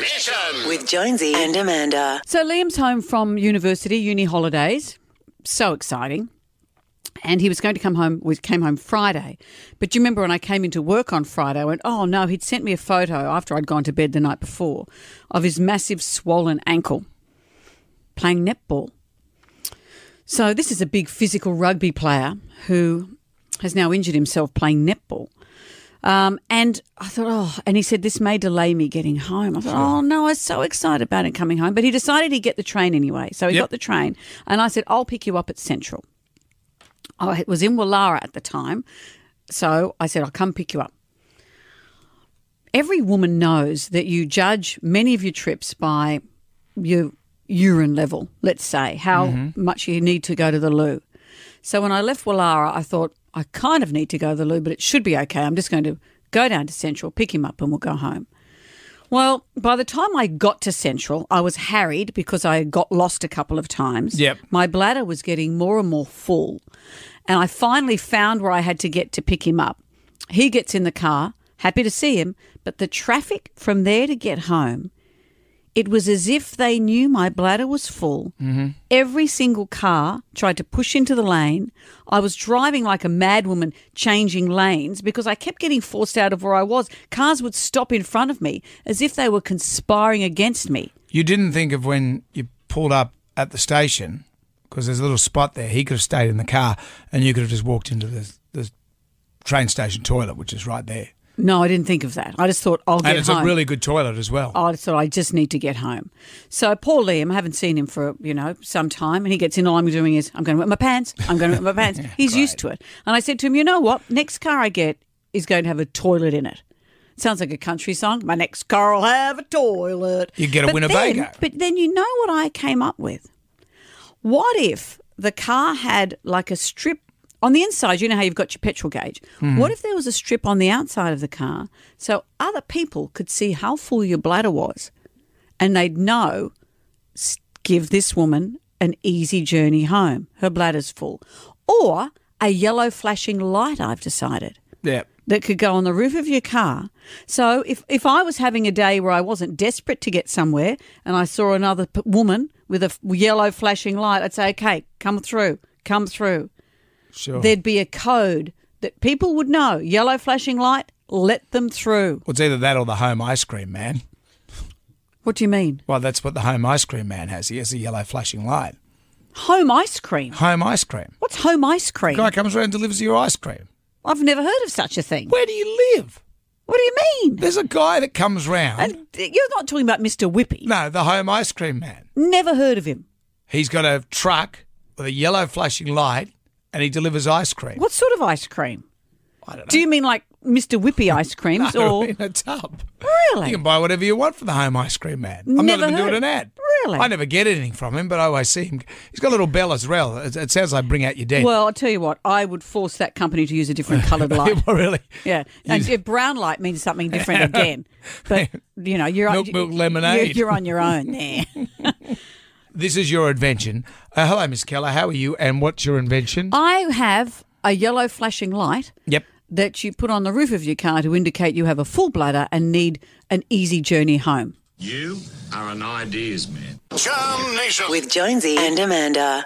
Mission. with Jonesy and Amanda. So Liam's home from university, uni holidays. So exciting. And he was going to come home, we came home Friday. But do you remember when I came into work on Friday, I went, oh no, he'd sent me a photo after I'd gone to bed the night before of his massive swollen ankle playing netball. So this is a big physical rugby player who has now injured himself playing netball. Um, and I thought, oh, and he said, this may delay me getting home. I thought, oh, no, I was so excited about it coming home. But he decided he'd get the train anyway. So he Yep. got the train. And I said, I'll pick you up at Central. I was in Wallara at the time. So I said, I'll come pick you up. Every woman knows that you judge many of your trips by your urine level, let's say, how much you need to go to the loo. So when I left Wallara, I thought, I kind of need to go to the loo, but it should be okay. I'm just going to go down to Central, pick him up, and we'll go home. Well, by the time I got to Central, I was harried because I got lost a couple of times. Yep. My bladder was getting more and more full. And I finally found where I had to get to pick him up. He gets in the car, happy to see him, but the traffic from there to get home, it was as if they knew my bladder was full. Mm-hmm. Every single car tried to push into the lane. I was driving like a madwoman, changing lanes because I kept getting forced out of where I was. Cars would stop in front of me as if they were conspiring against me. You didn't think of when you pulled up at the station because there's a little spot there. He could have stayed in the car, and you could have just walked into the, the train station toilet, which is right there. No, I didn't think of that. I just thought I'll get and it's home. Oh. a really good toilet as well. I thought I just need to get home. So poor Liam, I haven't seen him for you know some time, and he gets in. All I'm doing is I'm going to wet my pants. I'm going to wet my pants. He's used to it. And I said to him, you know what? Next car I get is going to have a toilet in it. Sounds like a country song. My next car will have a toilet. You get a But Winnebago. then- but then you know what I came up with. What if the car had like a strip on the inside? You know how you've got your petrol gauge. Mm-hmm. What if there was a strip on the outside of the car so other people could see how full your bladder was and they'd know, s- give this woman an easy journey home. Her bladder's full. Or a yellow flashing light, I've decided yeah. that could go on the roof of your car. So if, if I was having a day where I wasn't desperate to get somewhere and I saw another p- woman with a f- yellow flashing light, I'd say, okay, come through, come through. Sure. There'd be a code that people would know yellow flashing light, let them through. Well, it's either that or the home ice cream man. What do you mean? Well, that's what the home ice cream man has. He has a yellow flashing light. Home ice cream. Home ice cream. What's home ice cream? Guy comes around and delivers your ice cream. I've never heard of such a thing. Where do you live? What do you mean? There's a guy that comes round. And you're not talking about Mr. Whippy. no, the home ice cream man. Never heard of him. He's got a truck with a yellow flashing light and he delivers ice cream. What sort of ice cream? I don't know. Do you mean like Mr. Whippy ice creams or in a tub. Really? You can buy whatever you want for the home ice cream man. I'm Never not even heard- doing an ad. Really? I never get anything from him, but I always see him. He's got a little bell as well. It, it sounds like bring out your dead. Well, I'll tell you what, I would force that company to use a different coloured light. really? Yeah, and if brown light means something different again. But you know, you're Milk, on, milk, lemonade. You're, you're on your own there. This is your invention. Uh, hello, Miss Keller. How are you? And what's your invention? I have a yellow flashing light yep. that you put on the roof of your car to indicate you have a full bladder and need an easy journey home. You are an ideas man. With Jonesy and Amanda.